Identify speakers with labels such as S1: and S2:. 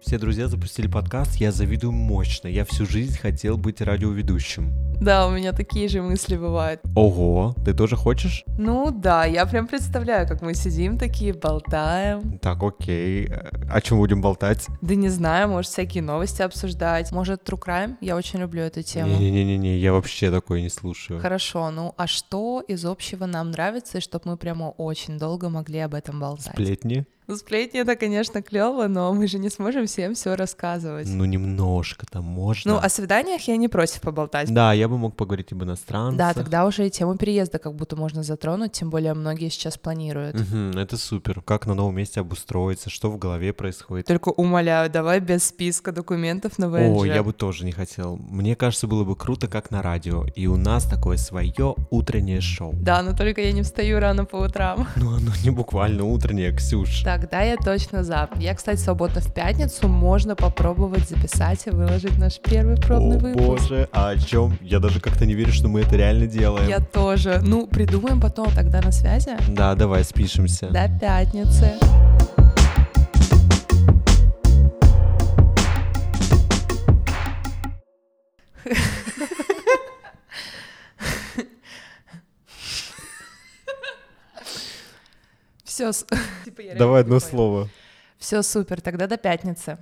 S1: Все друзья запустили подкаст «Я завидую мощно». Я всю жизнь хотел быть радиоведущим.
S2: Да, у меня такие же мысли бывают.
S1: Ого, ты тоже хочешь?
S2: Ну да, я прям представляю, как мы сидим такие, болтаем.
S1: Так, окей. Э, О чем будем болтать?
S2: Да не знаю, может, всякие новости обсуждать. Может, True Crime? Я очень люблю эту тему.
S1: Не-не-не, я вообще такое не слушаю.
S2: Хорошо, ну а что из общего нам нравится, и чтобы мы прямо очень долго могли об этом болтать?
S1: Сплетни?
S2: Ну, сплетни это, конечно, клево, но мы же не сможем всем все рассказывать.
S1: Ну, немножко там можно.
S2: Ну, о свиданиях я не против поболтать.
S1: Да, я бы мог поговорить об иностранцах.
S2: Да, тогда уже и тему переезда как будто можно затронуть, тем более многие сейчас планируют.
S1: Мгм, это супер. Как на новом месте обустроиться, что в голове происходит.
S2: Только умоляю, давай без списка документов на ВНЖ.
S1: О, я бы тоже не хотел. Мне кажется, было бы круто, как на радио. И у нас такое свое утреннее шоу.
S2: Да, но только я не встаю рано по утрам.
S1: Ну, оно не буквально утреннее, Ксюш.
S2: Тогда я точно за. Я, кстати, свободна в пятницу, можно попробовать записать и выложить наш первый пробный
S1: О,
S2: выпуск.
S1: боже, а о чем? Я даже как-то не верю, что мы это реально делаем.
S2: Я тоже. Ну, придумаем потом, тогда на связи.
S1: Да, давай, спишемся.
S2: До пятницы. Все.
S1: Давай одно слово.
S2: Все супер, тогда до пятницы.